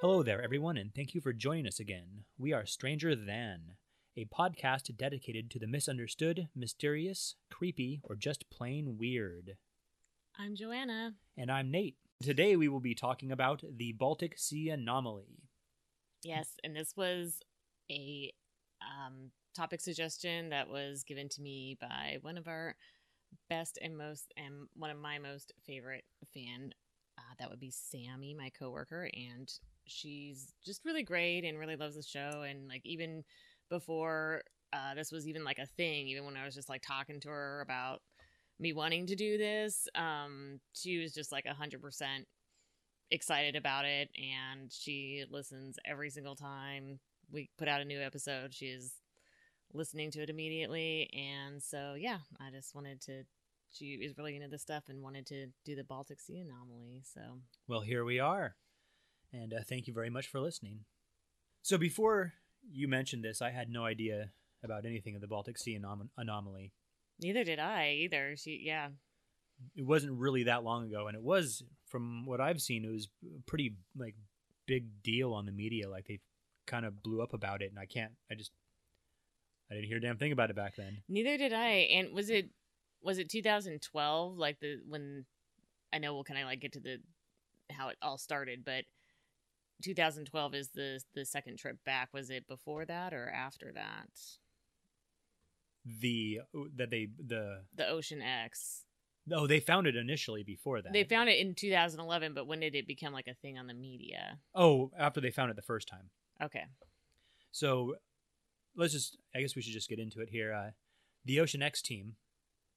Hello there, everyone, and thank you for joining us again. We are Stranger Than, a podcast dedicated to the misunderstood, mysterious, creepy, or just plain weird. I'm Joanna. And I'm Nate. Today we will be talking about the Baltic Sea Anomaly. Yes, and this was a um, topic suggestion that was given to me by one of our best and most and one of my most favorite fan. Uh, that would be Sammy, my coworker, and she's just really great and really loves the show. And like even before uh, this was even like a thing, even when I was just like talking to her about me wanting to do this, um, she was just like a hundred percent excited about it and she listens every single time we put out a new episode she is listening to it immediately and so yeah i just wanted to she is really into this stuff and wanted to do the baltic sea anomaly so Well, here we are. And uh, thank you very much for listening. So, before you mentioned this, I had no idea about anything of the Baltic Sea anom- Anomaly. neither did i either she yeah It wasn't really that long ago, and it was, from what I've seen, it was a pretty like big deal on the media. Like they kind of blew up about it, and I can't. I just I didn't hear a damn thing about it back then. neither did i and was it was it 2012 like the when i know we'll kind of like get to the how it all started but 2012 is the the second trip back was it before that or after that The that they the the ocean x oh they found it initially before that. They found it in 2011, but when did it become like a thing on the media? oh after they found it the first time. Okay. So let's just, I guess we should just get into it here. Uh, the Ocean X team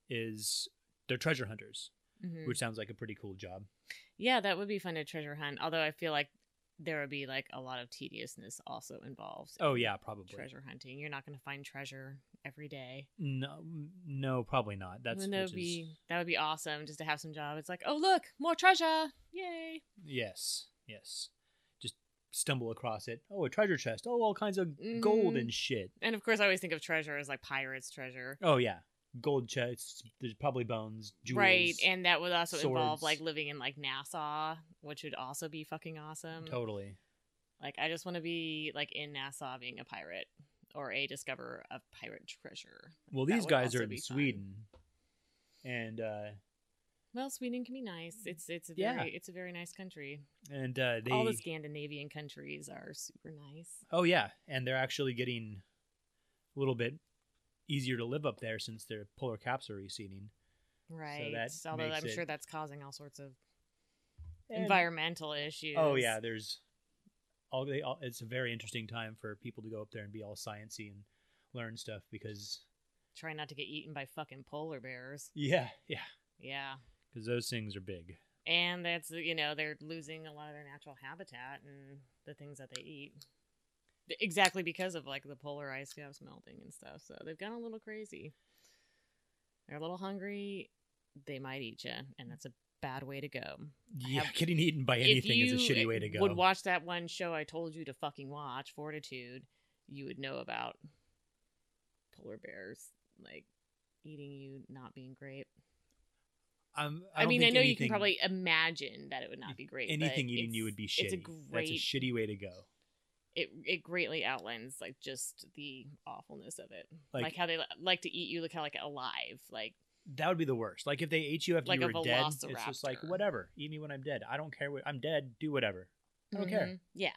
is, they're treasure hunters, Mhm. which sounds like a pretty cool job. Yeah, that would be fun to treasure hunt. Although I feel like there would be like a lot of tediousness also involved. Oh, in yeah, probably. Treasure hunting. You're not going to find treasure every day. No, no, probably not. That's, Even though which it'd is- be, that would be awesome just to have some job. It's like, oh, look, more treasure. Yay. yes, yes. Just stumble across it. Oh, a treasure chest. Oh, all kinds of gold Mhm. and shit. And of course, I always think of treasure as like pirates' treasure. Oh, yeah. Gold chests. There's probably bones, jewels. Right, and that would also swords. involve like living in like Nassau, which would also be fucking awesome. Totally. Like I just want to be like in Nassau being a pirate or a discoverer of pirate treasure. Well, That these would guys also are in be fun. Sweden. And, uh, Well, Sweden can be nice. It's it's a very Yeah. it's a very nice country. and, uh, they. All the Scandinavian countries are super nice. Oh yeah, and they're actually getting a little bit easier to live up there since their polar caps are receding. Right. that Although makes I'm it- sure that's causing all sorts of environmental issues. Oh yeah, there's all they. All, it's a very interesting time for people to go up there and be all sciency and learn stuff because Try not to get eaten by fucking polar bears. yeah, yeah, Yeah. because those things are big. And that's you know, they're losing a lot of their natural habitat and the things that they eat. Exactly because of like the polar ice caps melting and stuff. So they've gone a little crazy. They're a little hungry. They might eat you, and that's a bad way to go. Yeah, have- getting eaten by If anything is a you eh, shitty way to go. Would watch that one show I told you to fucking watch, Fortitude. You would know about polar bears like eating you not being great. I'm, I, don't mean, I think know you anything, can probably imagine that it would not be great. but anything eating you it's- would be shitty. it's a That's a great- shitty way to go. it it greatly outlines like just the awfulness of it, Like- like, how they li- like to eat you, like how like alive, like That would be the worst. Like if they ate you after Like you a were dead, it's just like velociraptor. whatever. Eat me when I'm dead. I don't care. What, I'm dead. Do whatever. I don't care. Mhm. Yeah,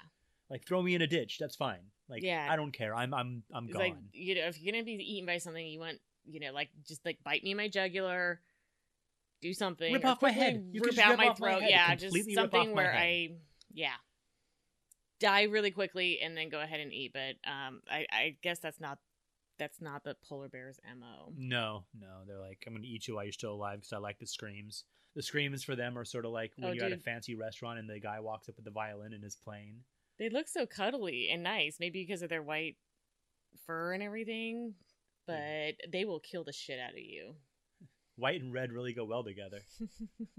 Like throw me in a ditch. That's fine. Like Yeah. I don't care. I'm I'm I'm it's gone. like you know if you're gonna be eaten by something, you want you know like just like bite me in my jugular, do something, Rip or off my quickly head. You can rip just out rip my off my throat. head. Yeah, Completely just rip off something my where head. I yeah die really quickly and then go ahead and eat. But um, I I guess that's not that's not the polar bear's mo. no, no. They're like I'm gonna eat you while you're still alive because I like the screams. The screams for them are sort of like when Oh, you're at a dude. fancy restaurant and the guy walks up with the violin and is playing. They look so cuddly and nice, maybe because of their white fur and everything, but they will kill the shit out of you. White and red really go well together. it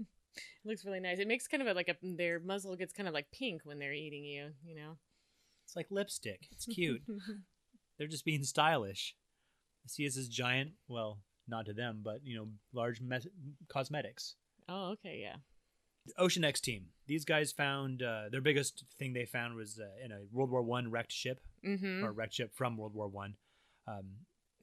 looks really nice. It makes kind of a, like a their muzzle gets kind of like pink when they're eating you, you know. It's like lipstick. It's cute. They're just being stylish. I see us as giant. Well, not to them, but you know, large mes- cosmetics. oh, okay, yeah. Ocean X team. These guys found uh, their biggest thing they found was uh, in a World War One wrecked ship Mm-hmm. or a wrecked ship from World War One. Um,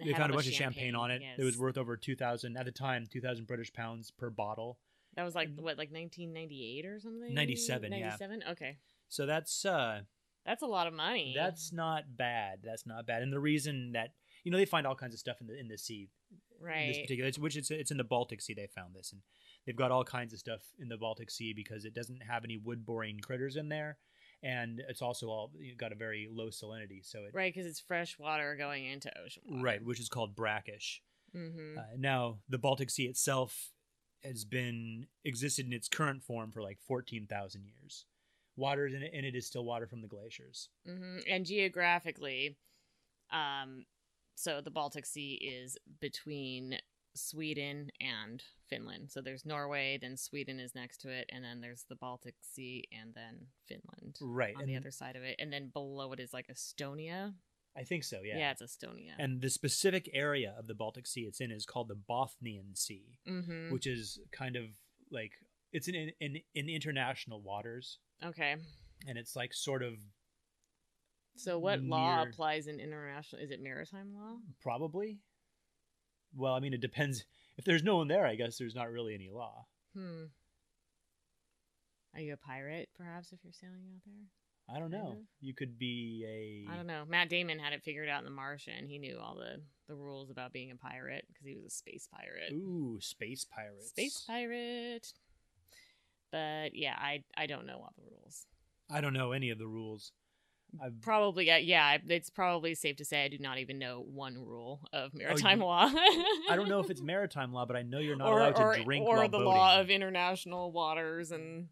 they found a bunch of champagne on it. It was worth over two thousand at the time, two thousand British pounds per bottle. that was like what, like 1998 or something? 97, Mm-hmm. yeah. 97? Okay, So that's uh, that's a lot of money. that's not bad. That's not bad. And the reason that you know they find all kinds of stuff in the in the sea, in this right. particular, it's, which it's it's in the Baltic Sea they found this, and they've got all kinds of stuff in the Baltic Sea because it doesn't have any wood boring critters in there, and it's also all you got a very low salinity, so it Right, because it's fresh water going into ocean. Water. right, which is called brackish. Mm-hmm. Uh, now, the Baltic Sea itself has been existed in its current form for like 14,000 years. Water in it, and it is still water from the glaciers. hmm And geographically, um, so the Baltic Sea is between Sweden and Finland. So there's Norway, then Sweden is next to it, and then there's the Baltic Sea, and then Finland Right. on and the other side of it. And then below it is like Estonia. I think so, Yeah, yeah. it's Estonia. And the specific area of the Baltic Sea it's in is called the Bothnian Sea, mm-hmm. which is kind of like it's in, in in international waters Okay. and it's like sort of So what law near- applies in international? Is it maritime law? probably well, I mean it depends if there's no one there, I guess there's not really any law. Hmm. Are you a pirate, perhaps, if you're sailing out there? I don't know. Kinda. You could be a Mm-hmm. I don't know. Matt Damon had it figured out in The Martian. He knew all the the rules about being a pirate because he was a space pirate. Ooh, space pirates. Space pirate. But yeah, I I don't know all the rules. I don't know any of the rules. I've, Probably yeah, yeah. It's probably safe to say I do not even know one rule of maritime Oh, you- law. I don't know if it's maritime law, but I know you're not or allowed to or, drink or while the boating. law of international waters and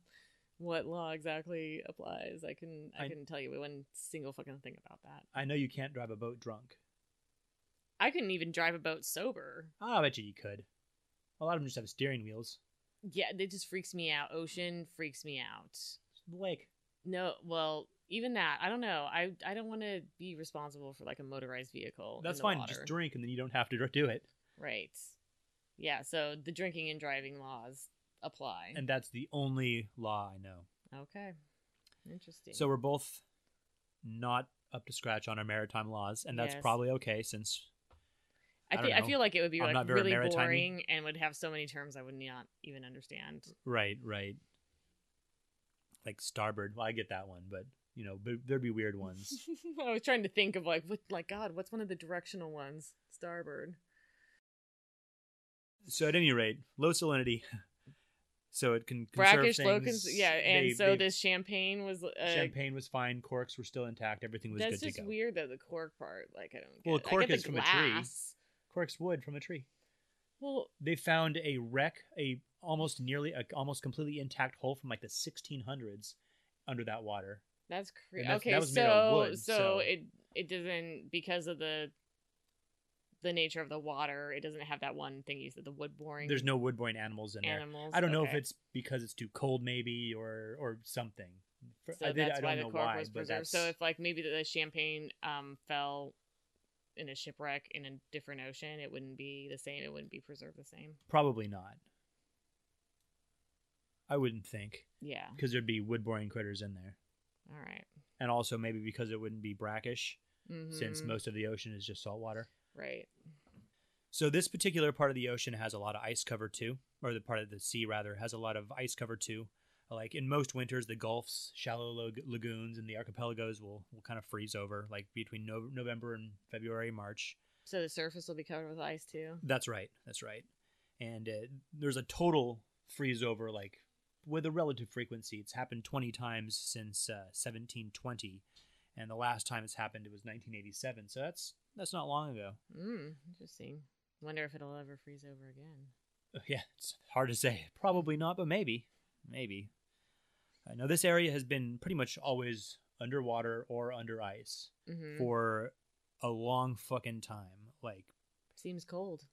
what law exactly applies. I can I, I- couldn't tell you one single fucking thing about that. I know you can't drive a boat drunk. I couldn't even drive a boat sober. Ah, I bet you you could. A lot of them just have steering wheels. Yeah, it just freaks me out. Ocean freaks me out. The lake. No, well, even that, I don't know. I I don't want to be responsible for like a motorized vehicle. in That's the fine. water. Just drink, and then you don't have to dr- do it. Right. Yeah. So the drinking and driving laws apply. And that's the only law I know. okay. Interesting. So we're both not up to scratch on our maritime laws, and that's Yes. probably okay since I, I don't think I know. feel like it would be I'm like not very really maritimey. boring and would have so many terms I would not even understand. Right, right. Like starboard. Well, I get that one, but you know, but there'd be weird ones. I was trying to think of like what like God, what's one of the directional ones? Starboard. so at any rate, low salinity. So it can conserve Brackish low cons- things. yeah, and They- so they- this champagne was uh, champagne was fine. Corks were still intact. Everything was That's good just to go. weird though the cork part. Like I don't. Get Well, it. I cork get the is from a tree. glass. Corks wood from a tree. Well, They found a wreck, a almost nearly, a almost completely intact hole from like the 1600s under that water. that's And crazy. that's- Okay, that was so made out of wood, so, so- it it doesn't because of the the nature of the water. It doesn't have that one thing you said the wood boring. There's no wood-borne animals in there. animals. I don't know if Okay. it's because it's too cold, maybe, or or something. For- So I, did, that's I don't why the know cork why, was but preserved. So that's- if like maybe the champagne um fell in a shipwreck in a different ocean, it wouldn't be the same. It wouldn't be preserved the same. Probably not. I wouldn't think Yeah. because there'd be wood boring critters in there, All right. and also maybe because it wouldn't be brackish since Mhm. most of the ocean is just salt water. right. So this particular part of the ocean has a lot of ice cover too, or the part of the sea rather has a lot of ice cover too. Like in most winters, the gulfs, shallow lag- lagoons, and the archipelagos will will kind of freeze over, like between no- November and February, March. So the surface will be covered with ice too. That's right. That's right. And uh, there's a total freeze over, like with a relative frequency. It's happened 20 times since uh, 1720, and the last time it's happened it was 1987. So that's that's not long ago. Mm, interesting. Wonder if it'll ever freeze over again. Yeah, it's hard to say. Probably not, but maybe, maybe. Uh, now this area has been pretty much always underwater or under ice hmm for a long fucking time, like Seems cold.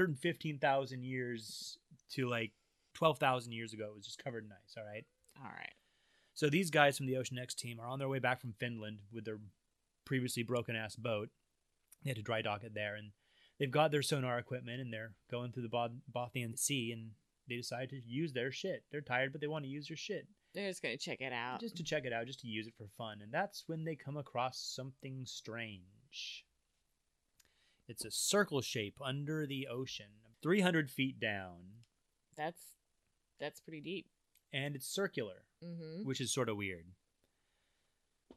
115,000 years to like 12,000 years ago. It was just covered in ice. All right. All right. So these guys from the Ocean X team are on their way back from Finland with their previously broken ass boat. They had to dry dock it there, and they've got their sonar equipment, and they're going through the Bod- Bothian Sea, and they decide to use their shit. They're tired, but they want to use their shit They're just gonna check it out. just to check it out, just to use it for fun. And that's when they come across something strange. It's a circle shape under the ocean, 300 feet down, That's that's pretty deep. and it's circular, Mm-hmm. which is sort of weird.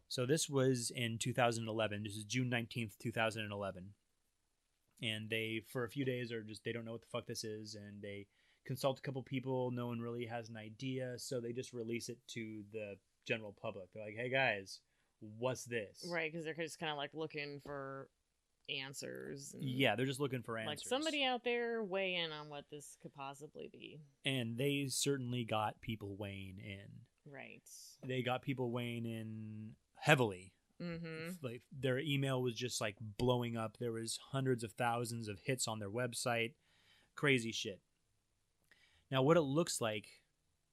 So this was in 2011. This is June 19th, 2011. And they, for a few days, are just, they don't know what the fuck this is. And they consult a couple people. No one really has an idea. So they just release it to the general public. They're like, hey guys, what's this? Right, because they're just kind of like looking for answers. and- Yeah, they're just looking for answers. Like somebody out there weigh in on what this could possibly be. And they certainly got people weighing in. Right. They got people weighing in heavily. Mm-hmm. like their email was just like blowing up there was hundreds of thousands of hits on their website crazy shit now what it looks like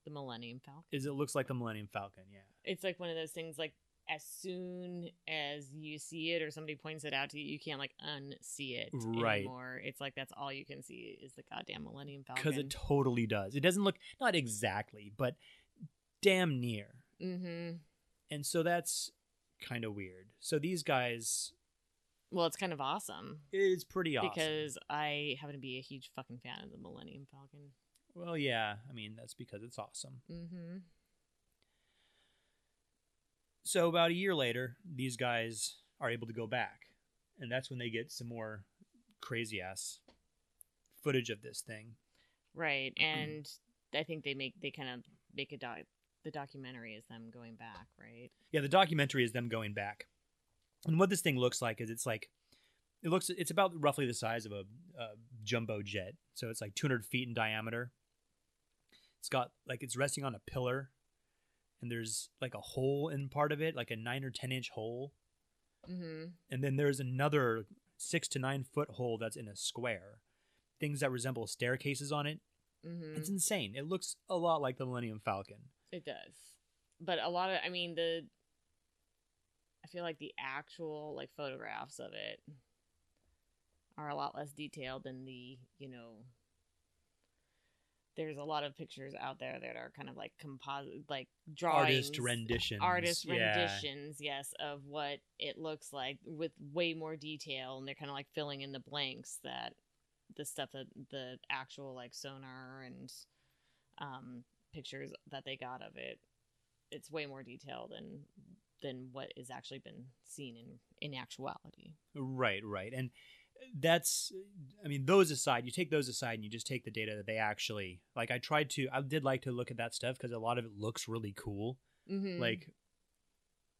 The Millennium Falcon. is it looks like the millennium falcon yeah It's like one of those things like as soon as you see it or somebody points it out to you, you can't like unsee it Right. anymore. It's like that's all you can see is the goddamn Millennium Falcon. because it totally does it doesn't look not exactly but damn near mm-hmm. and so that's kind of weird so these guys Well, it's kind of awesome. it is pretty awesome Because I happen to be a huge fucking fan of the Millennium Falcon. well yeah i mean that's because it's awesome Mm-hmm. so about a year later, these guys are able to go back, and that's when they get some more crazy ass footage of this thing. Right, Mm-hmm. and I think they make they kind of make a doc. The documentary is them going back, right? Yeah, the documentary is them going back, and what this thing looks like is it's like it looks it's about roughly the size of a, a jumbo jet, so it's like 200 feet in diameter. It's got like it's resting on a pillar, and there's like a hole in part of it, like a nine or ten inch hole, Mm-hmm. and then there's another six to nine foot hole that's in a square things that resemble staircases on it Mm-hmm. it's insane it looks a lot like the millennium falcon It does, but a lot of I mean the. I feel like the actual like photographs of it are a lot less detailed than the you know. There's a lot of pictures out there that are kind of like composite, like drawings, artist renditions artist yeah. renditions, yes, of what it looks like with way more detail, and they're kind of like filling in the blanks that the stuff that the actual like sonar and um, pictures that they got of it, it's way more detailed than than what is actually been seen in in actuality. right right and that's i mean those aside you take those aside and you just take the data that they actually like i tried to i did like to look at that stuff because a lot of it looks really cool Mm-hmm. like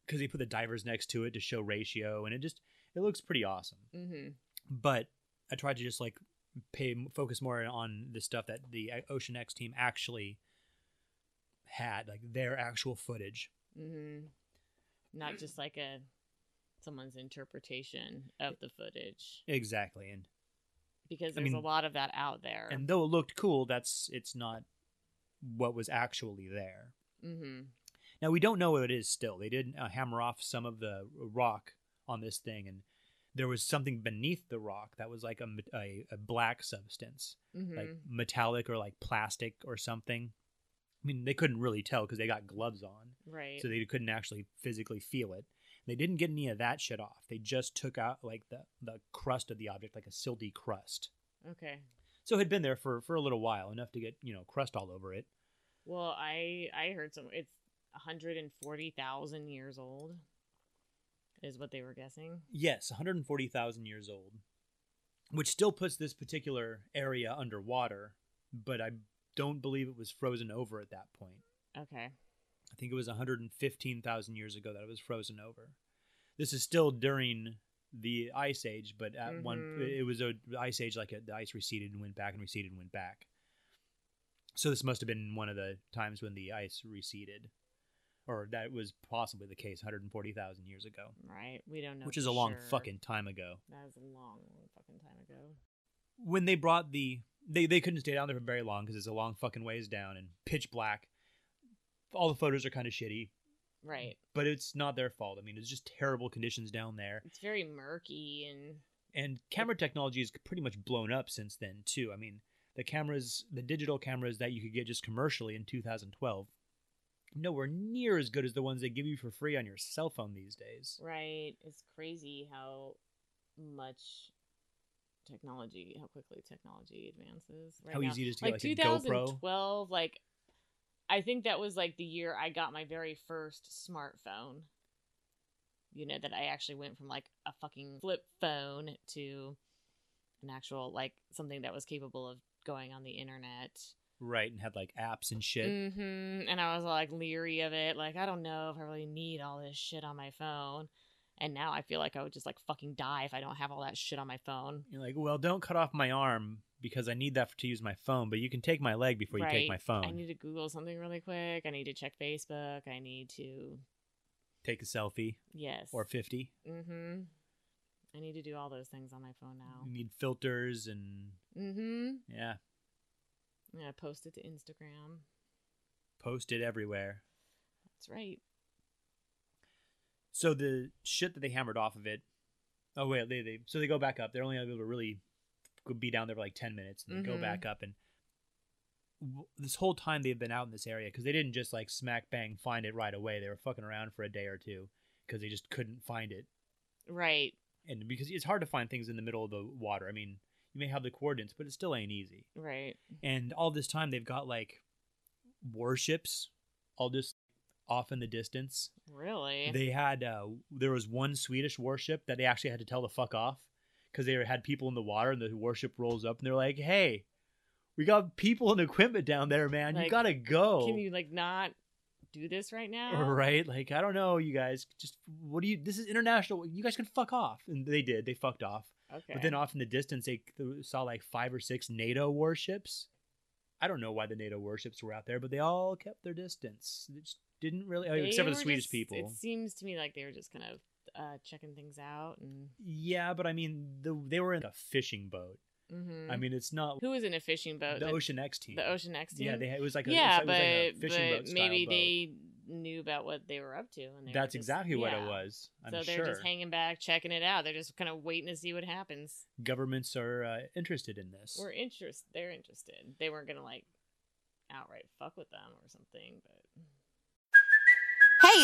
because they put the divers next to it to show ratio and it just it looks pretty awesome mm-hmm. but I tried to just like pay focus more on the stuff that the uh, Ocean X team actually had, like their actual footage. Mm-hmm. not just like a someone's interpretation of the footage Exactly, and because I there's mean- a lot of that out there. and though it looked cool, that's it's not what was actually there. mm-hmm. Now we don't know what it is. Still, they did uh, hammer off some of the rock on this thing, and there was something beneath the rock that was like a me- a, a black substance. Mm-hmm. like metallic or like plastic or something. I mean, they couldn't really tell because they got gloves on, right. so they couldn't actually physically feel it. They didn't get any of that shit off. They just took out like the the crust of the object, like a silty crust. okay. So it had been there for for a little while, enough to get you know crust all over it. Well, I I heard some. It's 140,000 years old, is what they were guessing. Yes, 140,000 years old, which still puts this particular area underwater, but I don't believe it was frozen over at that point. Okay. I think it was 115,000 years ago that it was frozen over. This is still during the ice age, but at one Mhm. it was a ice age like the ice receded and went back and receded and went back. So this must have been one of the times when the ice receded, or that was possibly the case 140,000 years ago, Right. We don't know. which is for a long sure. fucking time ago. That is a long, long fucking time ago. When they brought the they they couldn't stay down there for very long because it's a long fucking ways down and pitch black. All the photos are kind of shitty. Right. but it's not their fault. I mean, it's just terrible conditions down there, It's very murky and and camera technology is pretty much blown up since then too. I mean, the cameras, the digital cameras that you could get just commercially in 2012, nowhere near as good as the ones they give you for free on your cell phone these days. Right. It's crazy how much technology, how quickly technology advances. Right How now. easy it is to like, get like a GoPro. 2012, like I think that was like the year I got my very first smartphone. You know, that I actually went from like a fucking flip phone to an actual like something that was capable of going on the internet. Right, and had like apps and shit. Mm-hmm. And I was like leery of it. Like, I don't know if I really need all this shit on my phone. And now I feel like I would just like fucking die if I don't have all that shit on my phone. You're like, well, don't cut off my arm because I need that to use my phone, but you can take my leg before you Right. take my phone. I need to Google something really quick. I need to check Facebook. I need to, take a selfie yes. or 50. mm-hmm. I need to do all those things on my phone now. You need filters and Mm-hmm. yeah, I'm gonna post it to Instagram. post it everywhere. That's right. So the shit that they hammered off of it. Oh wait, they, they so they go back up. They're only able to really be down there for like ten minutes and then Mhm. go back up. And w- this whole time they've been out in this area because they didn't just like smack bang find it right away. They were fucking around for a day or two because they just couldn't find it. Right. And because it's hard to find things in the middle of the water. I mean, you may have the coordinates, but it still ain't easy. Right. and all this time they've got like warships all just off in the distance Really? they had uh there was one swedish warship that they actually had to tell the fuck off because they had people in the water and the warship rolls up and they're like hey we got people and equipment down there man Like, you gotta go Can you like not do this right now? right like i don't know you guys just what do you this is international you guys can fuck off and they did they fucked off Okay. but then off in the distance, they th- saw like five or six NATO warships. I don't know why the NATO warships were out there, but they all kept their distance. They just didn't really, oh, They except for the were Swedish just- people. It seems to me like they were just kind of uh, checking things out, and Yeah, but I mean, the, they were in a fishing boat. Mhm. I mean, it's not who was in a fishing boat? the Ocean X team. the Ocean X team. Yeah, they, it was like a, yeah, it was but, like a fishing but boat. style maybe boat. they knew about what they were up to, and they were That's just- exactly what yeah. it was. I'm so sure they're just hanging back, checking it out. They're just kind of waiting to see what happens. governments are uh, interested in this. We're interest. They're interested. They weren't gonna like outright fuck with them or something, but Hey,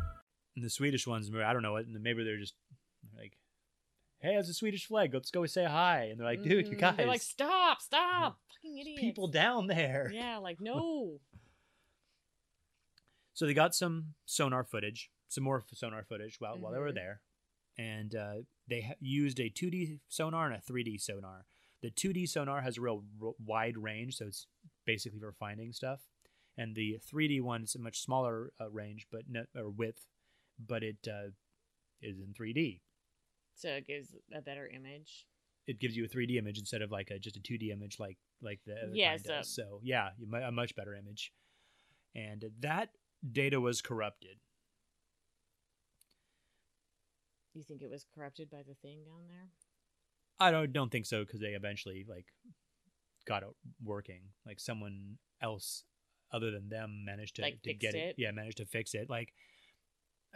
And the Swedish ones, I don't know, maybe they're just like, hey, it's a Swedish flag. Let's go say hi. And they're like, dude, you Mhm. guys. they're like, stop, stop, fucking idiots. people down there. Yeah, like no. So they got some sonar footage, some more sonar footage while, while they were Mhm. there, and uh, they ha- used a 2D sonar and a 3D sonar. The 2D sonar has a real r- wide range, so it's basically for finding stuff, and the 3D one is a much smaller uh, range, but no, or width, but it uh, is in 3D. So it gives a better image. It gives you a 3D image instead of like a, just a 2D image, like like the other Yeah, kind so- does. So yeah, you mu- a much better image, and that data was corrupted. You think it was corrupted by the thing down there? I don't don't think so because they eventually like got it working. Like someone else other than them managed to, Like, to fixed get it? Yeah, managed to fix it. Like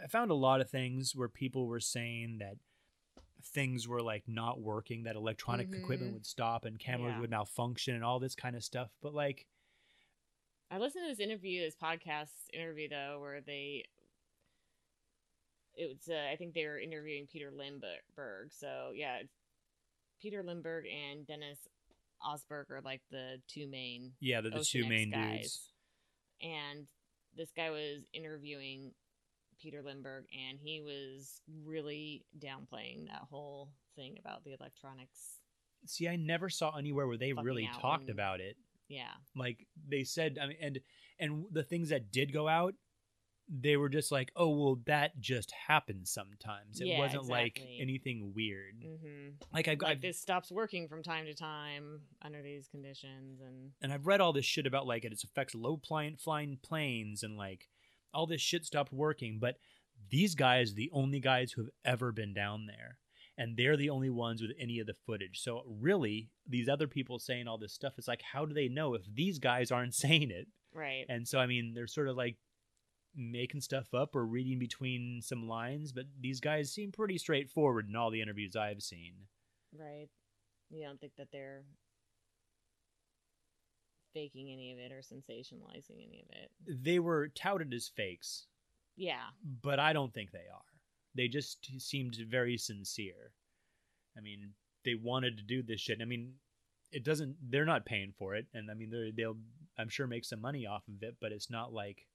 I found a lot of things where people were saying that things were like not working, that electronic equipment Mhm. would stop and cameras Yeah. would malfunction and all this kind of stuff. But like I listened to this interview, this podcast interview though, where they it was uh, I think they were interviewing Peter Lindbergh. So yeah, it's Peter Lindbergh and Dennis Osberg are like the two main yeah, they're the Ocean two X main guys. dudes. and this guy was interviewing Peter Lindbergh, and he was really downplaying that whole thing about the electronics. See, I never saw anywhere where they Fucking really out talked and- about it. Yeah, like they said i mean and and the things that did go out they were just like, oh, well, that just happens sometimes. It Yeah, wasn't like exactly. anything weird. hmm Like I've, Like I've this stops working from time to time under these conditions, and and I've read all this shit about like it affects low flying flying planes and like all this shit stopped working. But these guys, are the only guys who have ever been down there, and they're the only ones with any of the footage. So really, these other people saying all this stuff is like, how do they know if these guys aren't saying it? right. And so I mean, they're sort of like making stuff up or reading between some lines, but these guys seem pretty straightforward in all the interviews I've seen. Right. You don't think that they're faking any of it or sensationalizing any of it. They were touted as fakes, Yeah. but I don't think they are. They just seemed very sincere. I mean, they wanted to do this shit. I mean, it doesn't. They're not paying for it, and I mean, they're, they'll. I'm sure make some money off of it, but it's not like.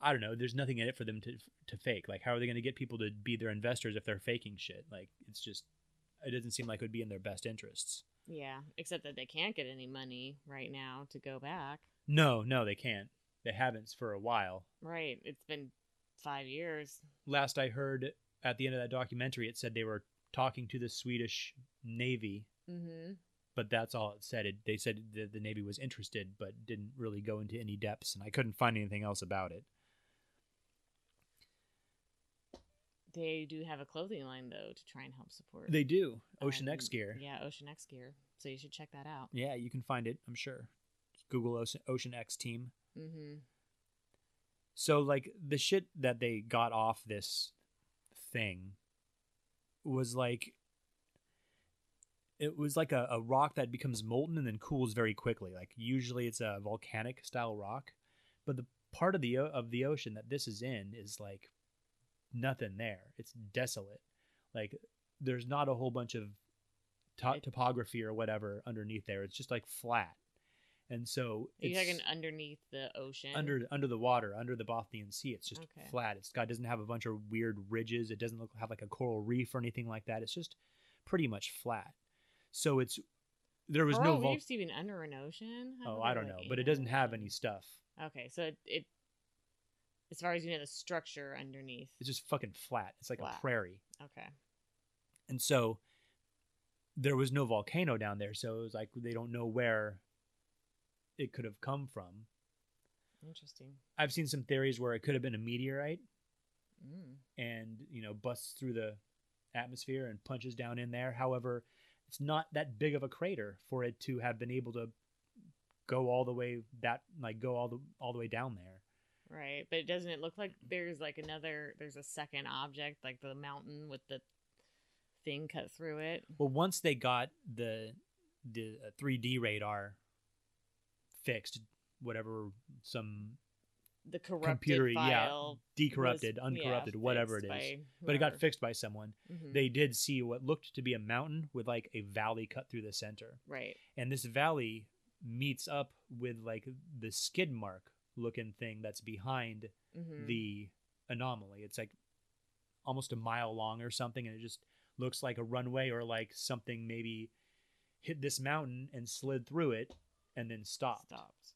I don't know. There's nothing in it for them to to fake. Like, how are they going to get people to be their investors if they're faking shit? Like, it's just. It doesn't seem like it would be in their best interests. Yeah. Except that they can't get any money right now to go back. No, no, they can't. They haven't for a while. Right. It's been five years. last I heard at the end of that documentary, it said they were talking to the Swedish Navy, Mm-hmm. but that's all it said. It, they said that the Navy was interested, but didn't really go into any depths, and I couldn't find anything else about it. They do have a clothing line though to try and help support They do Ocean um, X gear. Yeah, Ocean X gear. So you should check that out. Yeah, you can find it. I'm sure. Google Ocean, Ocean X team. Mm-hmm. So like the shit that they got off this thing was like it was like a, a rock that becomes molten and then cools very quickly. Like usually it's a volcanic style rock, but the part of the o- of the ocean that this is in is like nothing there. It's desolate. Like there's not a whole bunch of to- It- topography or whatever underneath there. It's just like flat. And so You're it's- talking underneath the ocean. under under the water, under the Bothnian Sea. It's just Okay. flat. It's got doesn't have a bunch of weird ridges. It doesn't look have like a coral reef or anything like that. It's just pretty much flat. So it's there was Coral no vol- reefs even under an ocean. How oh do I they, don't know, like, but it doesn't animate have them? any stuff. Okay, so it, it as far as you know, the structure underneath. It's just fucking flat. It's like a Flat. prairie. Okay, And so there was no volcano down there, so it was like they don't know where it could have come from. interesting. I've seen some theories where it could have been a meteorite Mm. and you know busts through the atmosphere and punches down in there. However, it's not that big of a crater for it to have been able to go all the way that like go all the all the way down there. Right, but doesn't it look like there's like another? There's a second object, like the mountain with the thing cut through it. Well, once they got the the uh, 3D radar fixed, whatever some The corrupted computer yeah file decorrupted, uncorrupted, whatever it is. but it got fixed. fixed by someone. They did see what looked to be a mountain with like a valley cut through the center. Mm-hmm. right. and this valley meets up with like the skid mark looking thing that's behind hmm the anomaly it's like almost a mile long or something and it just looks like a runway or like something maybe hit this mountain and slid through it and then stopped stopped.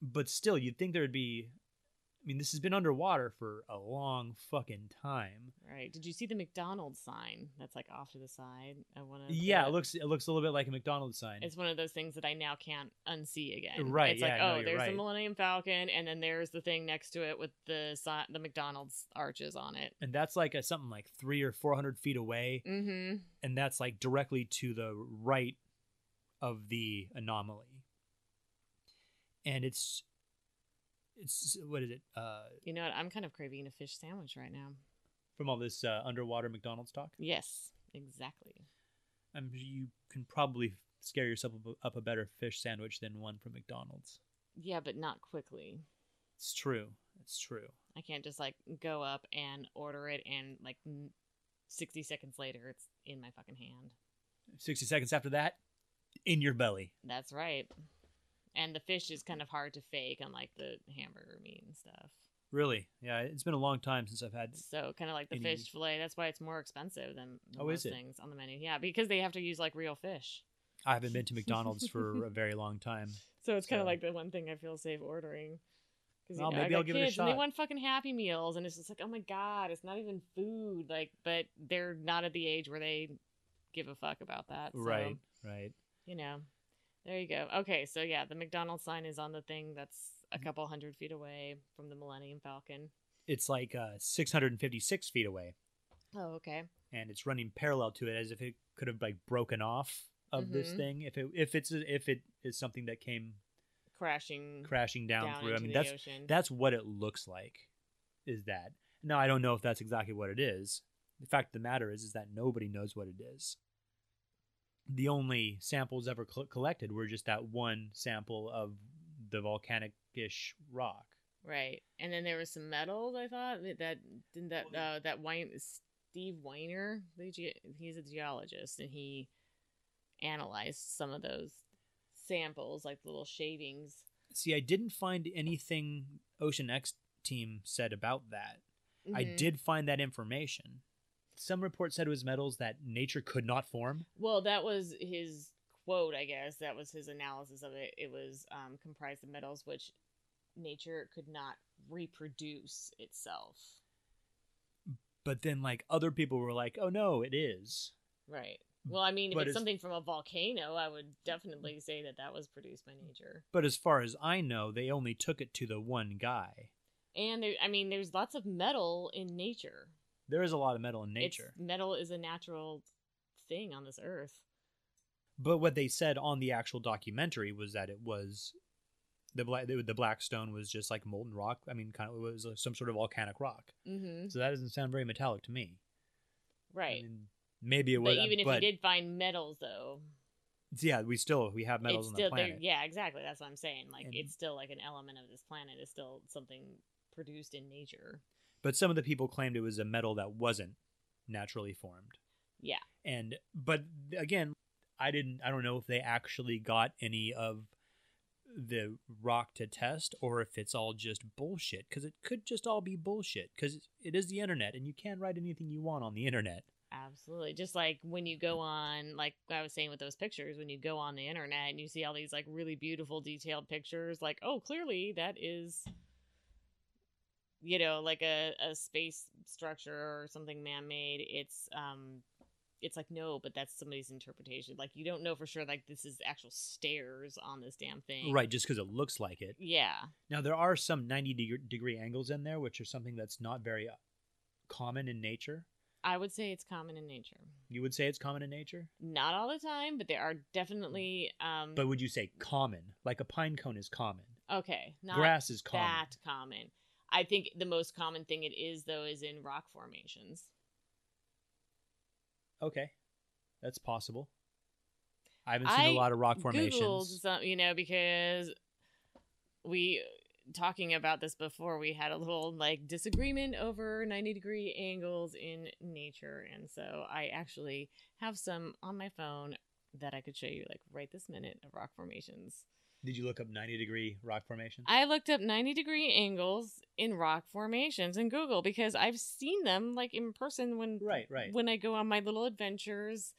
but still you'd think there would be i mean this has been underwater for a long fucking time Right. Did you see the McDonald's sign that's like off to the side? I want to. yeah it looks it looks a little bit like a mcdonald's sign It's one of those things that I now can't unsee again. Right, It's yeah, like, no, oh, you're there's right. the Millennium Falcon, and then there's the thing next to it with the si- the McDonald's arches on it. and that's like a, something like three or four hundred feet away Mm-hmm. and that's like directly to the right of the anomaly and it's it's what is it uh You know what? I'm kind of craving a fish sandwich right now. from all this uh, underwater mcdonald's talk Yes, exactly. i'm you can probably scare yourself up, up a better fish sandwich than one from mcdonald's Yeah, but not quickly. it's true it's true I can't just like go up and order it, and like n- 60 seconds later, it's in my fucking hand. 60 seconds after that in your belly That's right. And the fish is kind of hard to fake, unlike the hamburger meat and stuff. really yeah it's been a long time since i've had So kind of like the Any- fish fillet. That's why it's more expensive than, than Oh, is most it? things on the menu. Yeah, because they have to use like real fish. i haven't been to mcdonald's for a very long time So it's kind So- of like the one thing I feel safe ordering Because Well, you know, maybe I got I'll give it a kids And they shot. want fucking Happy Meals, and it's just like, oh my god, it's not even food. Like, but they're not at the age where they give a fuck about that. so, Right, right. You know, there you go. Okay, so yeah, the McDonald's sign is on the thing that's Mm-hmm. a couple hundred feet away from the Millennium Falcon. It's like uh, 656 feet away, Oh, okay. and it's running parallel to it as if it could have like broken off of this Mhm. thing. If it if it's if it is something that came Crashing crashing down, Mm. down, through, I into mean the that's ocean. that's what it looks like. Is that now? I don't know if that's exactly what it is. The fact of the matter is, is that nobody knows what it is. The only samples ever cl- collected were just that one sample of the volcanic-ish rock. Right, and then there was some metals. I thought that- that didn't that uh, that Wein, Steve Weiner, the ge- he's a geologist, and he analyzed some of those samples, like little shavings. See, I didn't find anything Ocean X team said about that. I Mhm. did find that information. Some report said it was metals that nature could not form. Well, that was his quote, I guess. That was his analysis of it. It was um, comprised of metals which nature could not reproduce itself. But then, like other people were like, "Oh no, it is." Right. Well, I mean, if Mm. But it's it's- something from a volcano, I would definitely say that that was produced by nature. But as far as I know, they only took it to the one guy. And there, I mean, there's lots of metal in nature. There is a lot of metal in It's- nature. metal is a natural thing on this earth. But what they said on the actual documentary was that it was the black the black stone was just like molten rock. I mean, kind of it was like some sort of volcanic rock. Mm-hmm. So that doesn't sound very metallic to me. Right. I mean, maybe it but was. even if but, you did find metals, though, yeah, we still we have metals it's on still the planet. There, yeah, exactly. That's what I'm saying. Like, And- it's still like an element of this planet. It's still something produced in nature. But some of the people claimed it was a metal that wasn't naturally formed. Yeah. and but again i didn't i don't know if they actually got any of the rock to test or if it's all just bullshit because it could just all be bullshit because it is the internet and you can write anything you want on the internet Absolutely. Just like when you go on, like I was saying with those pictures, when you go on the internet and you see all these like really beautiful, detailed pictures, like, oh, clearly that is, you know, like a, a space structure or something man made. It's, um, it's like no, but that's somebody's interpretation. Like you don't know for sure. Like this is actual stairs on this damn thing, right just because it looks like it Yeah, now there are some 90 deg- degree angles in there which are something that's not very uh, common in nature I would say it's common in nature. you would say it's common in nature Not all the time, but there are definitely. Um, but would you say common like a pine cone is common okay, not grass is common that common. I think the most common thing it is though is in rock formations. Okay, that's possible. I haven't seen a I lot of rock Googled formations. some, you know, because we talking about this before we had a little like disagreement over 90 degree angles in nature and so I actually have some on my phone that I could show you like right this minute of rock formations. Did you look up ninety degree rock formations? I looked up 90 degree angles in rock formations in Google because I've seen them like in person when Right, right. when I go on my little adventures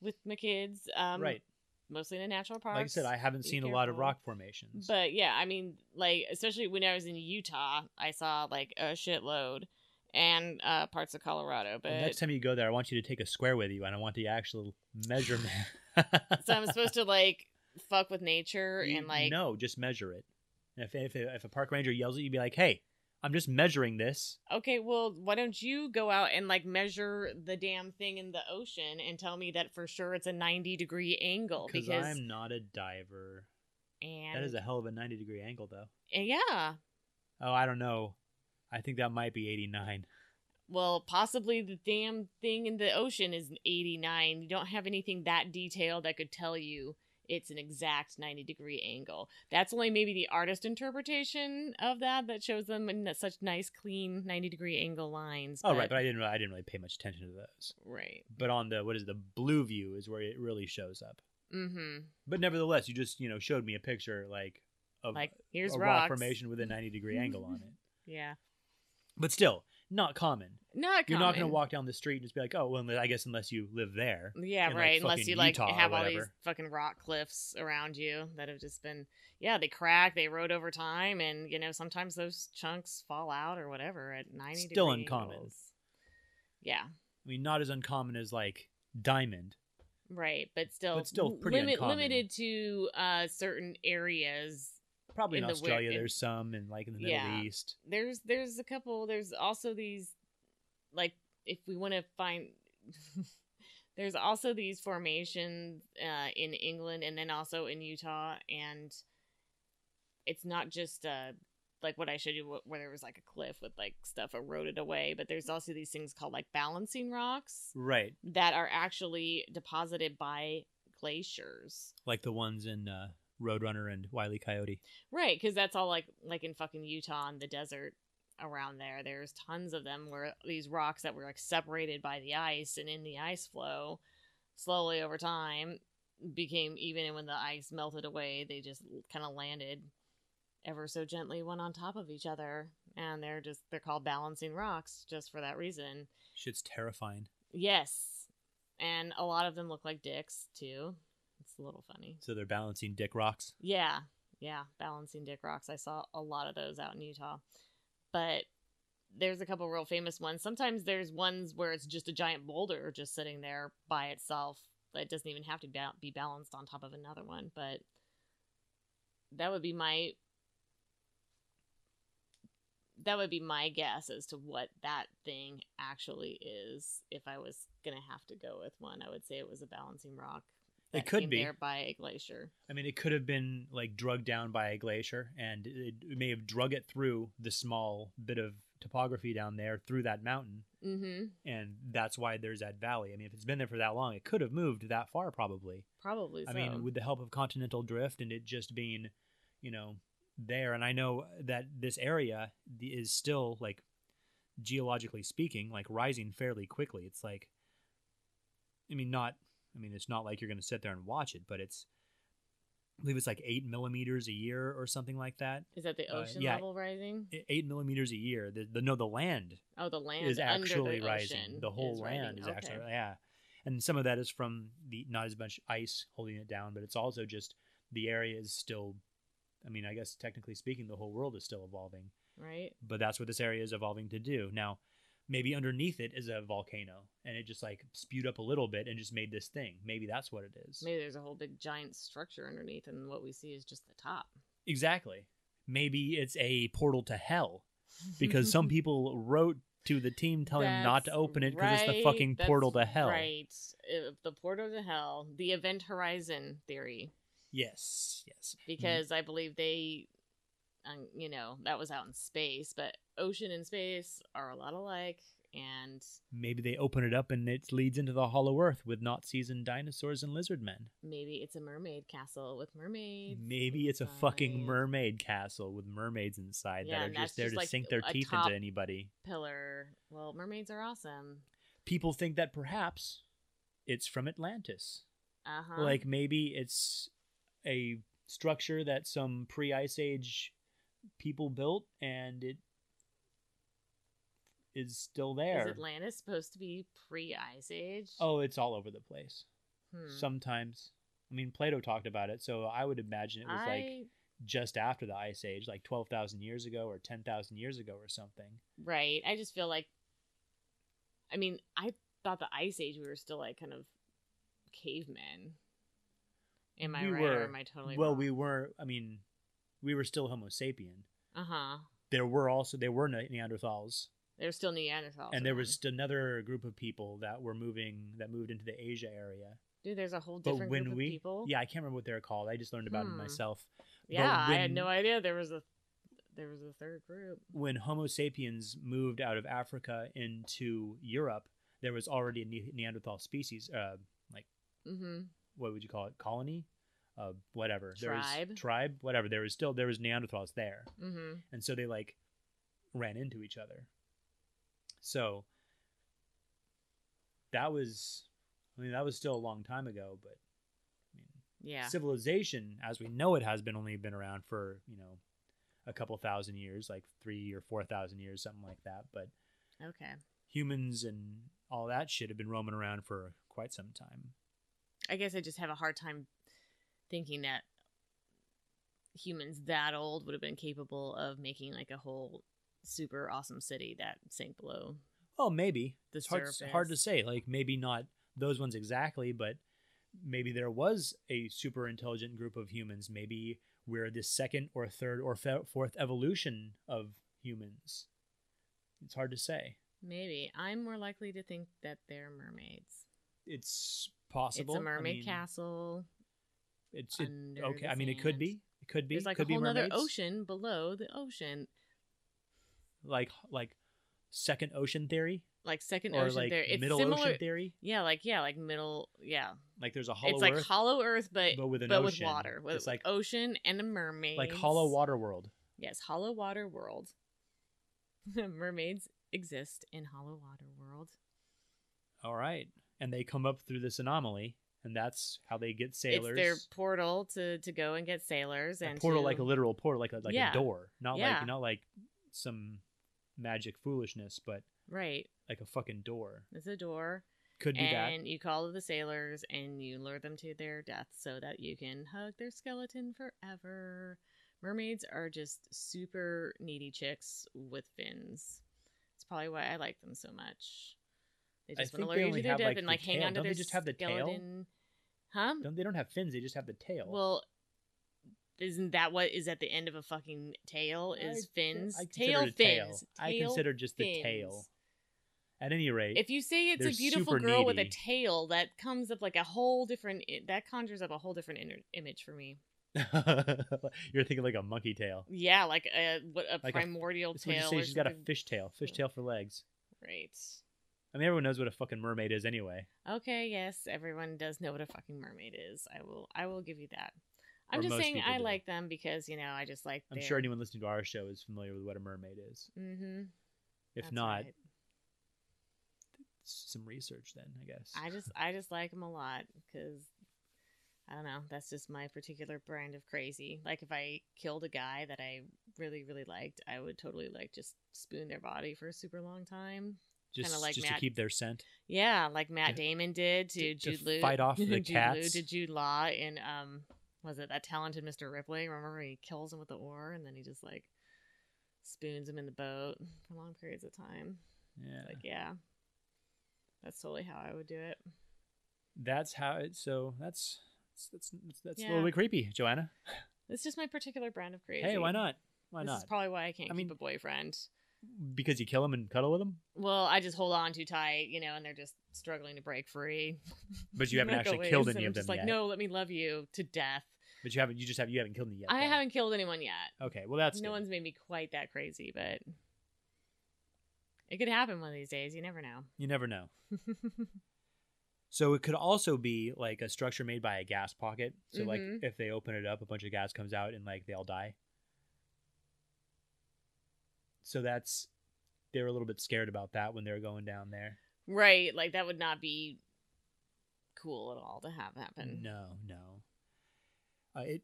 with my kids. Um, right. Mostly in the national parks. Like I said, I haven't be seen a lot of careful. rock formations. But yeah, I mean, like especially when I was in Utah, I saw like a shitload and uh, parts of Colorado. Well, But next time you go there, I want you to take a square with you, and I want the actual measurement. so I'm supposed to like fuck with nature You- and like no, just measure it. And If if if a park ranger yells at you, be like, "Hey, I'm just measuring this." Okay, well, why don't you go out and like measure the damn thing in the ocean and tell me that for sure it's a 90 degree angle Because because I'm not a diver. and, That is a hell of a 90 degree angle, though. and yeah. Oh, I don't know. I think that might be 89. Well, possibly the damn thing in the ocean is 89. You don't have anything that detailed that could tell you it's an exact 90 degree angle. That's only maybe the artist interpretation of that that shows them in such nice clean 90 degree angle lines. Oh, right, but I didn't. really- I didn't really pay much attention to those. right. but on the what is it, the blue view is where it really shows up. Mhm. But nevertheless, you just you know showed me a picture like of Like here's a rocks. Mm-hmm. rock formation with a ninety degree angle on it. Yeah. But still, not common. Not You're not going common. Mm. to walk down the street and just be like, oh, well, I guess unless you live there. Yeah, in, like, right. Unless fucking you like Utah or have all these whatever. fucking rock cliffs around you that have just been, yeah, they crack, they erode over time, and you know sometimes those chunks fall out or whatever at ninety. Still degree uncommon. angles. Yeah, I mean, not as uncommon as like diamond. right, but still, But still pretty uncommon. limited to uh, certain areas. Probably in, In the wi- Australia, in- there's some, and like in the Middle Yeah. East. There's there's a couple. There's also these, like if we want to find. There's also these formations uh, in England and then also in Utah, and it's not just uh like what I showed you wh- where there was like a cliff with like stuff eroded away, but there's also these things called like balancing rocks Right. that are actually deposited by glaciers. Like the ones in uh, Roadrunner and Wiley Coyote. Right, because that's all like like in fucking Utah and the desert around there. There's tons of them where these rocks that were like separated by the ice and in the ice flow, slowly over time became even when the ice melted away, they just kind of landed ever so gently one on top of each other, and they're just they're called balancing rocks just for that reason. Shit's terrifying. Yes, and a lot of them look like dicks too. It's a little funny. So they're balancing dick rocks. Yeah, yeah, balancing dick rocks. I saw a lot of those out in Utah, but there's a couple real famous ones. Sometimes there's ones where it's just a giant boulder just sitting there by itself. It doesn't even have to ba- be balanced on top of another one, but that would be my that would be my guess as to what that thing actually is. If I was gonna have to go with one, I would say it was a balancing rock. It that could came be. there by a glacier. I mean, it could have been like drugged down by a glacier, and it it may have drug it through the small bit of topography down there through that mountain, Mm-hmm. and that's why there's that valley. I mean, if it's been there for that long, it could have moved that far, probably. Probably. I so. mean, with the help of continental drift and it just being, you know, there. And I know that this area th- is still like geologically speaking, like rising fairly quickly. It's like, I mean, not, I mean, it's not like you're going to sit there and watch it, but it's, I believe it's like eight millimeters a year or something like that. is that the uh, ocean yeah. level rising? E- Eight millimeters a year. The, the no, the land Oh, the land is under actually the rising. ocean the whole is rising. land is actually Okay. yeah, and some of that is from the not as much ice holding it down, but it's also just the area is still. I mean, I guess technically speaking, the whole world is still evolving, right. but that's what this area is evolving to do now. Maybe underneath it is a volcano, and it just like spewed up a little bit and just made this thing. Maybe that's what it is. Maybe there's a whole big giant structure underneath, and what we see is just the top. Exactly. Maybe it's a portal to hell because some people wrote to the team telling them not to That's open it because it's the right, fucking that's portal to hell. Right. Uh, The portal to hell. The event horizon theory, Yes, yes. because I believe they, um, you know, that was out in space, but ocean and space are a lot alike, and Maybe they open it up and it leads into the Hollow Earth with Nazis and dinosaurs and lizard men. maybe it's a mermaid castle with mermaids. Maybe it's a fucking inside. mermaid castle with mermaids inside Yeah, that are and just that's there just to like sink their a teeth top- into anybody. pillar. Well, mermaids are awesome. People think that perhaps it's from Atlantis. Uh huh. Like maybe it's a structure that some pre Ice Age people built and it is still is there. Atlantis supposed to be pre Ice Age? oh, it's all over the place. Hmm. sometimes. I mean, Plato talked about it, so I would imagine it was like I just after the Ice Age, like twelve thousand years ago or ten thousand years ago or something. right. I just feel like. I mean, I thought the Ice Age we were still like kind of cavemen. Am I We right were- or am I totally well, we were. I mean, we were still Homo sapien. uh huh. There were also there were Ne- Neanderthals, There's still Neanderthals. and there around. was another group of people that were moving that moved into the Asia area. dude. There's a whole But different when group we, of people. yeah, I can't remember what they're called. I just learned about it Hmm. myself. But yeah. I had when- no idea there was a there was a third group. when Homo sapiens moved out of Africa into Europe, there was already a Ne- Neanderthal species, uh, like Mm-hmm. what would you call it, colony, uh, whatever. There Tribe. was tribe, whatever. There was still there was Neanderthals there, Mm-hmm. and so they like ran into each other. So that was, I mean, that was still a long time ago, but I mean, Yeah. civilization as we know it has been only been around for you know a couple thousand years like three or four thousand years something like that but Okay. humans and all that shit have been roaming around for quite some time. I guess I just have a hard time thinking that humans that old would have been capable of making like a whole super awesome city that sank below. Oh, maybe The it's hard, surface. hard to say. Like maybe not those ones exactly, but maybe there was a super intelligent group of humans. Maybe we're the second or third or fe- fourth evolution of humans. It's hard to say. Maybe I'm more likely to think that they're mermaids. It's possible. It's a mermaid I mean, castle. It's it, under okay. the I mean, it could sand. be. It could be. There's like could a whole be other mermaids. ocean below the ocean, Like like second ocean theory like second or ocean like there. It's middle similar. ocean theory. Yeah, like yeah, like middle. Yeah, Like there's a hollow it's like earth, hollow Earth, but but with an but with ocean. water. With, it's like ocean and a mermaid. like hollow water world. Yes, Hollow Water World. Mermaids exist in Hollow Water World. All right. And they come up through this anomaly, and that's how they get sailors. It's their portal to, to go and get sailors A and portal, to- like a literal portal, like a, like Yeah. a door, not Yeah. like not like some magic foolishness, but right. like a fucking door. It's a door, Could be that. and you call the sailors and you lure them to their death so that you can hug their skeleton forever. Mermaids are just super needy chicks with fins. That's probably why I like them so much. They I just want to think lure they you only to their have, death like, and the like hang tail. on to Don't they their just have the tail? skeleton. Huh? Don't, they don't have fins; they just have the tail. Well, isn't that what is at the end of a fucking tail? I Is consi- fins? I consider tail it a fins. tail. I Tail consider just the fins. tail. At any rate, If you say it's They're a beautiful super girl with a needy. tail, that comes up like a whole different. i- That conjures up a whole different inner image for me. you're thinking like a monkey tail. Yeah, like a what a Like a- primordial That's what you tail. say. or She's got a something. Oh, fish tail. Fish tail for legs. Right. I mean, everyone knows what a fucking mermaid is anyway. Okay. Yes, everyone does know what a fucking mermaid is. I will. I will give you that. I'm Or just most saying people I do. like them because you know I just like. I'm sure anyone listening to our show is familiar with what a mermaid is. Mm-hmm. If not, some research then, I guess. I just I just like them a lot because I don't know. That's just my particular brand of crazy. Like if I killed a guy that I really really liked, I would totally like just spoon their body for a super long time. just like just Matt to keep their scent. Yeah, like Matt To- Damon did to, to- to Jude Law. fight off the Jude Law cats. to Jude Law in um was it that talented Mr. Ripley? Remember when he kills him with the oar and then he just like spoons him in the boat for long periods of time. Yeah. Like yeah. That's totally how I would do it. that's how it so that's that's that's, that's a Yeah. little bit creepy, Joanna. It's just my particular brand of crazy. Hey, why not? Why this not? is probably why I can't I mean- keep a boyfriend. because you kill them and cuddle with them, Well, I just hold on too tight, you know, and they're just struggling to break free. But you haven't Like actually always, killed and any I'm of them just like, yet. no, let me love you to death. but you haven't you just have you haven't killed them yet. I then. haven't killed anyone yet. Okay, well that's no good. one's made me quite that crazy, but it could happen one of these days. You never know. You never know. So it could also be like a structure made by a gas pocket. So like Mhm. if they open it up, a bunch of gas comes out and like they all die. So that's they're a little bit scared about that when they're going down there. right? Like that would not be cool at all to have happen. No, no. Uh, it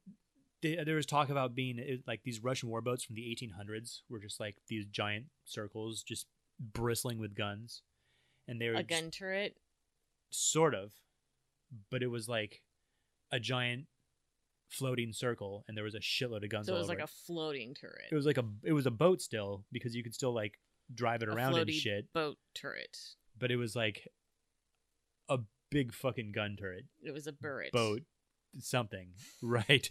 th- there was talk about being it, like these Russian warboats from the 1800s were just like these giant circles, just bristling with guns, and they were A just- gun turret. sort of, but it was like a giant floating circle, and there was a shitload of guns. So it all was like over a floating turret. it was like a it was a boat still because you could still like drive it a around and floaty shit, boat turret. but it was like a big fucking gun turret It was a burret. boat something right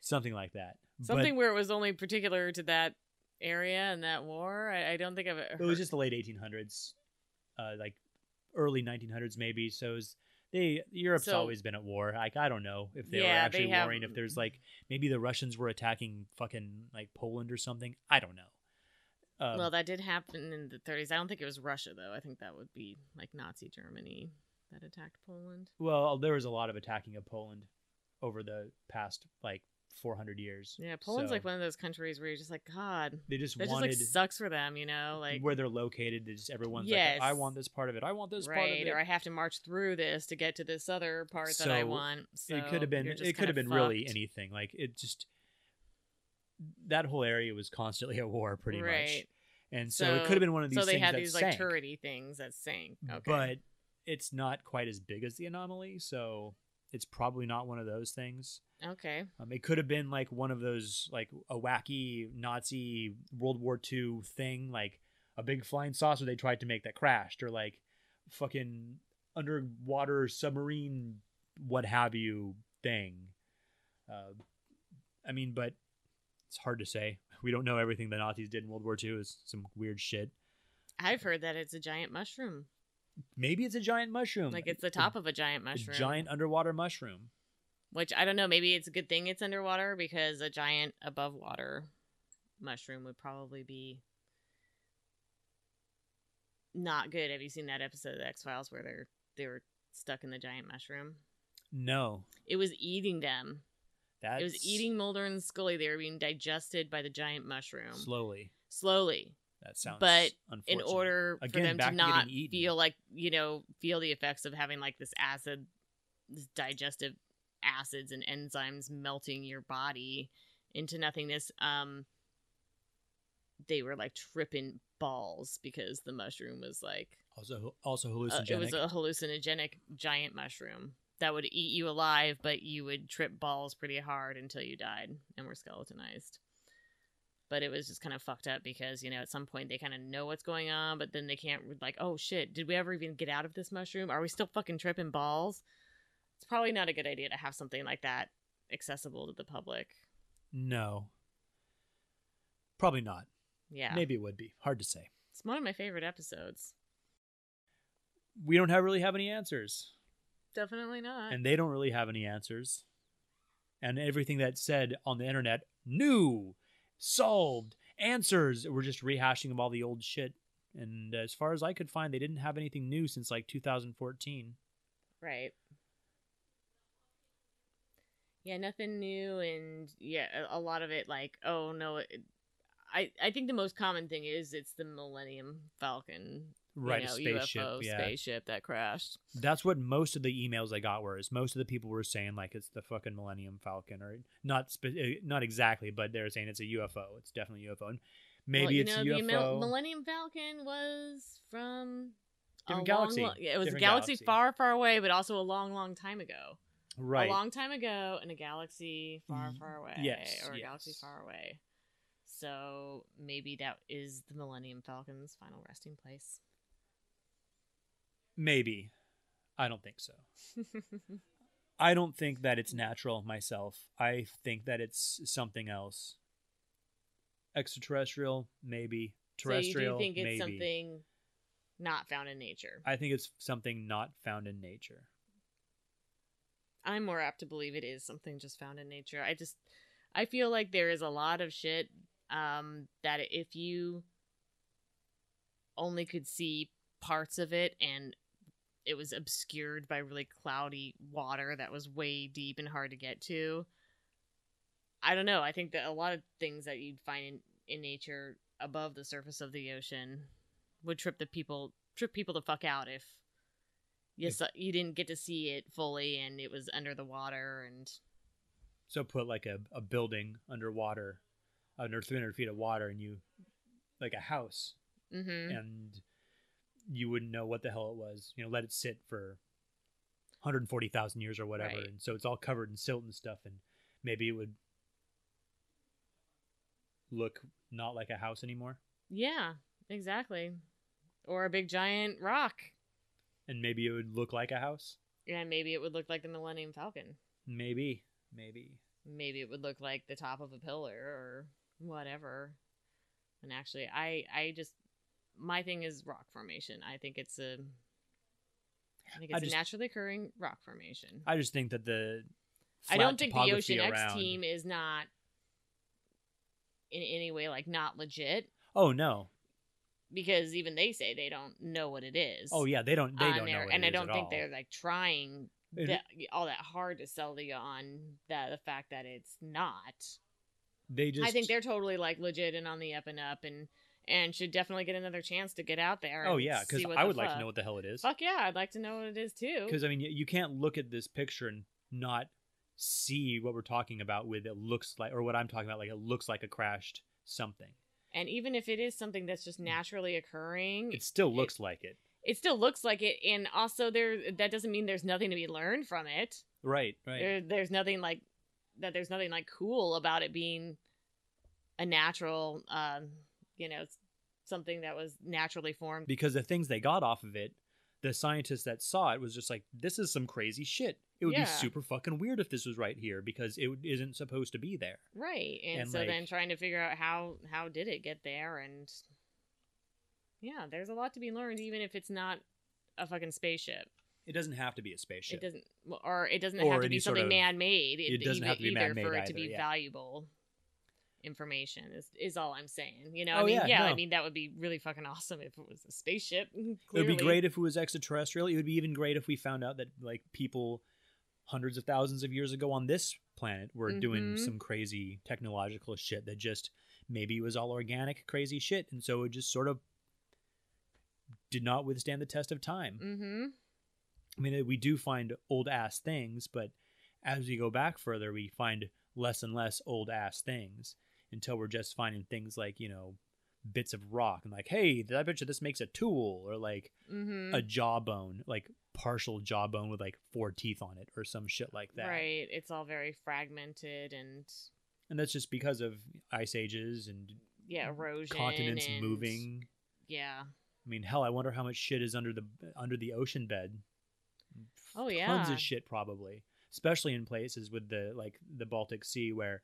something like that something where it was only particular to that area and that war. I, I don't think I've but ever. it was just the late 1800s uh like early 1900s maybe so it was, they europe's So- always been at war like i don't know if they were Yeah, they actually have- warring if there's like maybe the russians were attacking fucking like poland or something i don't know um, well, that did happen in the 30s. I don't think it was Russia though. I think that would be like Nazi Germany that attacked Poland. well there was a lot of attacking of poland over the past like 400 years Yeah, Poland's like So one of those countries where you're just like, God, they just that just wanted like sucks for them, you know? Like, where they're located. They just everyone's Yes. like, I want this part of it. I want this part of right? it. Or I have to march through this to get to this other part that I So, want. So it could have been. you're just It could have been kinda really fucked. anything. Like it just that whole area was constantly at war, pretty Right. much. and so, it could have been one of these. So they things had that these like sank, turrety things that sank. Okay. but it's not quite as big as the anomaly, so it's probably not one of those things. okay. Um, it could have been like one of those, like a wacky Nazi World War II thing, like a big flying saucer they tried to make that crashed, or like fucking underwater submarine, what have you thing. Uh, I mean, but it's hard to say. We don't know everything the Nazis did in World War II. Is some weird shit. I've heard that it's a giant mushroom. Maybe it's a giant mushroom, Like it's the top of a giant mushroom. Oh a giant underwater mushroom. Which I don't know. Maybe it's a good thing it's underwater because a giant above water mushroom would probably be not good. Have you seen that episode of the X Files where they're they were stuck in the giant mushroom? No, It was eating them. that's It was eating Mulder and Scully. They were being digested by the giant mushroom slowly. slowly. That sounds But in unfortunate. order Again, for back them to to not getting eaten. feel like you know feel the effects of having like this acid this digestive acids and enzymes melting your body into nothingness um they were like tripping balls because the mushroom was like also also uh, hallucinogenic. it was a hallucinogenic giant mushroom that would eat you alive but you would trip balls pretty hard until you died and were skeletonized but it was just kind of fucked up because you know at some point they kind of know what's going on but then they can't like oh shit did we ever even get out of this mushroom are we still fucking tripping balls it's probably not a good idea to have something like that accessible to the public no, probably not. yeah Maybe it would be hard to say. it's one of my favorite episodes We don't have really have any answers, definitely not and they don't really have any answers. And everything that's said on the internet, new, solved, answers. We're just rehashing of all the old shit. And as far as I could find, they didn't have anything new since like 2014. Right. Yeah, nothing new, and yeah, a a lot of it like, oh no, it, I I think the most common thing is it's the Millennium Falcon, you Right, know, a spaceship. UFO yeah, spaceship that crashed. That's what most of the emails I got were. Is most of the people were saying like it's the fucking Millennium Falcon, or not spe- eh, not exactly, but they're saying it's a UFO. It's definitely a UFO. And maybe well, you it's know, a the UFO. Mil- Millennium Falcon was from a Different long, galaxy. lo- yeah, it was Different a galaxy, galaxy. far, far away, but also a long, long time ago. right. A long time ago, in a galaxy far, Y- far away, yes, or a galaxy yes. far away. So maybe that is the Millennium Falcon's final resting place. maybe. I don't think so. I don't think that it's natural myself. I think that it's something else. Extraterrestrial, maybe. Terrestrial, so you do think it's maybe. something not found in nature? I think it's something not found in nature. I'm more apt to believe it is something just found in nature. I just I feel like there is a lot of shit um that if you only could see parts of it and it was obscured by really cloudy water that was way deep and hard to get to. I don't know. I think that a lot of things that you'd find in, in nature above the surface of the ocean would trip the people trip people the fuck out if you If- saw, you didn't get to see it fully and it was under the water and so put like a, a building underwater uh, under 300 feet of water and you like a house hmm and you wouldn't know what the hell it was you know let it sit for 140000 years or whatever Right. and so it's all covered in silt and stuff and maybe it would look not like a house anymore yeah exactly or a big giant rock and maybe it would look like a house and maybe it would look like the millennium falcon maybe maybe maybe it would look like the top of a pillar or whatever and actually i i just my thing is rock formation i think it's a i think I it's just- a naturally occurring rock formation i just think that the I flat don't think the topography Ocean X around- team is not in any way like not legit oh no because even they say they don't know what it is. oh yeah they don't they on don't know there, what and it I is don't at think all. they're like trying It- that, all that hard to sell to you on that the fact that it's not. they just I think they're totally like legit and on the up and up, and and should definitely get another chance to get out there. Oh and yeah, because see what I the would like to fuck. know what the hell it is. Fuck yeah, I'd like to know what it is too. Because I mean, y- you can't look at this picture and not see what we're talking about. With it looks like, or what I'm talking about, like it looks like a crashed something. And even if it is something that's Mm. just naturally occurring, It still looks like it. it still looks like it. And also, there that doesn't mean there's nothing to be learned from it. Right, right. There, there's nothing like that. There's nothing like cool about it being a natural, um, you know, s- something that was naturally formed. because the things they got off of it, the scientists that saw it was just like, this is some crazy shit. It would Yeah. be super fucking weird if this was right here because it isn't supposed to be there. right and, And, so like- then trying to figure out how how did it get there and yeah there's a lot to be learned even if it's not a fucking spaceship It doesn't have to be a spaceship. it doesn't or it doesn't Or have to any be sort something of- man-made it doesn't even have to be either man-made for it to either, be yeah. valuable information is, is all i'm saying you know Oh, i mean yeah, yeah, i no. mean that would be really fucking awesome if it was a spaceship it would be clearly. great if it was extraterrestrial. It would be even great if we found out that like people hundreds of thousands of years ago on this planet were doing Mhm. some crazy technological shit that just maybe was all organic crazy shit and so it just sort of did not withstand the test of time. mm-hmm I mean, uh, we do find old ass things, but as we go back further, we find less and less old ass things until we're just finding things like, you know, bits of rock and like, hey, I bet you this makes a tool or like mm-hmm a jawbone, like partial jawbone with like four teeth on it or some shit like that. right it's all very fragmented and And that's just because of ice ages and yeah erosion Mm-hmm. continents and- moving. yeah I mean, hell, I wonder how much shit is under the under the ocean bed. Oh, tons yeah. of shit probably, especially in places with the like the Baltic Sea where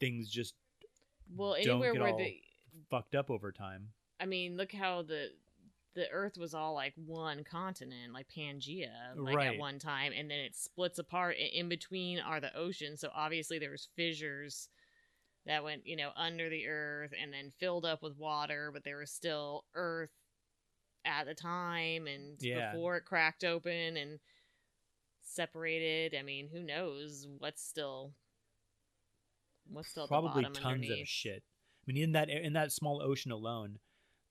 things just well don't anywhere get where all the fucked up over time. I mean, look how the the Earth was all like one continent, like Pangea, like Right. at one time, and then it splits apart. And in between are the oceans, so obviously there was fissures that went, you know, under the Earth and then filled up with water, but there was still Earth at the time and Yeah. before it cracked open and separated. I mean, who knows what's still what's still at probably the bottom tons underneath. of shit. I mean, in that in that small ocean alone,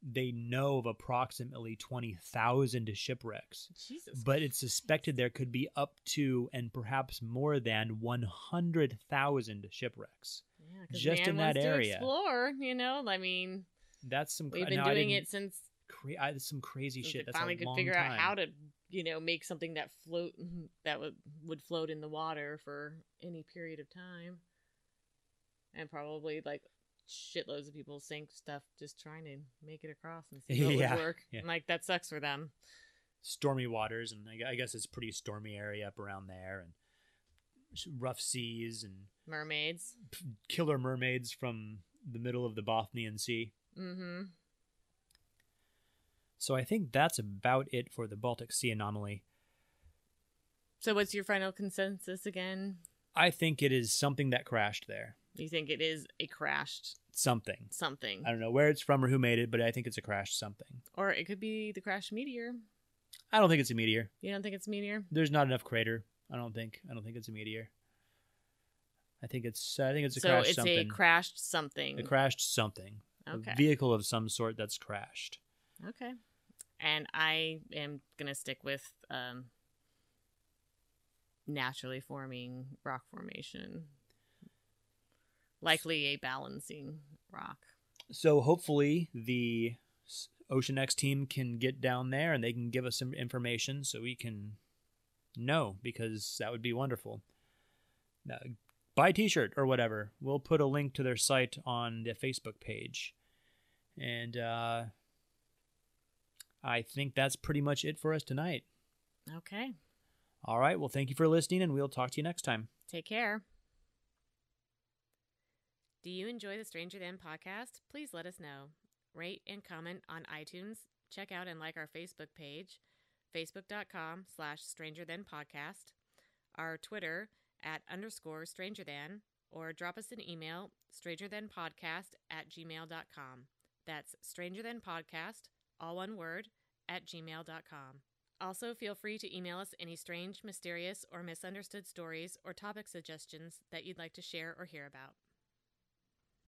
they know of approximately twenty thousand shipwrecks. Jesus, but it's suspected there could be up to and perhaps more than 100,000 shipwrecks. Yeah, 'cause just man in that wants to area. Explore, you know. I mean, That's some cra- we've been now, I doing didn't it since cra- I- that's some crazy since shit. we That's finally a could long figure time. out how to, you know, make something that float that would would float in the water for any period of time, and probably like shitloads of people sink stuff just trying to make it across and see what Yeah, would work. yeah. And, Like that sucks for them. stormy waters, and I, gu- I guess it's a pretty stormy area up around there, and s- rough seas and Mermaids. killer mermaids from the middle of the Bothnian Sea. Mm-hmm. So I think that's about it for the Baltic Sea anomaly. So, what's your final consensus again? I think it is something that crashed there. You think it is a crashed Something. something, I don't know where it's from or who made it, but I think it's a crashed something. or it could be the crashed meteor? I don't think it's a meteor. You don't think it's a meteor? There's not enough crater. I don't think. I don't think it's a meteor. I think it's. I think it's a so crash it's a something. crashed something. It crashed something. Okay. A vehicle of some sort that's crashed. okay. And I am gonna stick with um, naturally forming rock formation, likely a balancing rock. So hopefully the s- Ocean X team can get down there and they can give us some information so we can know because that would be wonderful. Now, buy a T-shirt or whatever. We'll put a link to their site on the Facebook page, and uh, I think that's pretty much it for us tonight. Okay. All right. Well, thank you for listening, and we'll talk to you next time. Take care. Do you enjoy the Stranger Than podcast? Please let us know. Rate and comment on iTunes. Check out and like our Facebook page, facebook.com slash stranger than podcast, our Twitter at underscore stranger than, or drop us an email, stranger than podcast at gmail.com. That's stranger than podcast, all one word, at gmail.com. Also, feel free to email us any strange, mysterious, or misunderstood stories or topic suggestions that you'd like to share or hear about.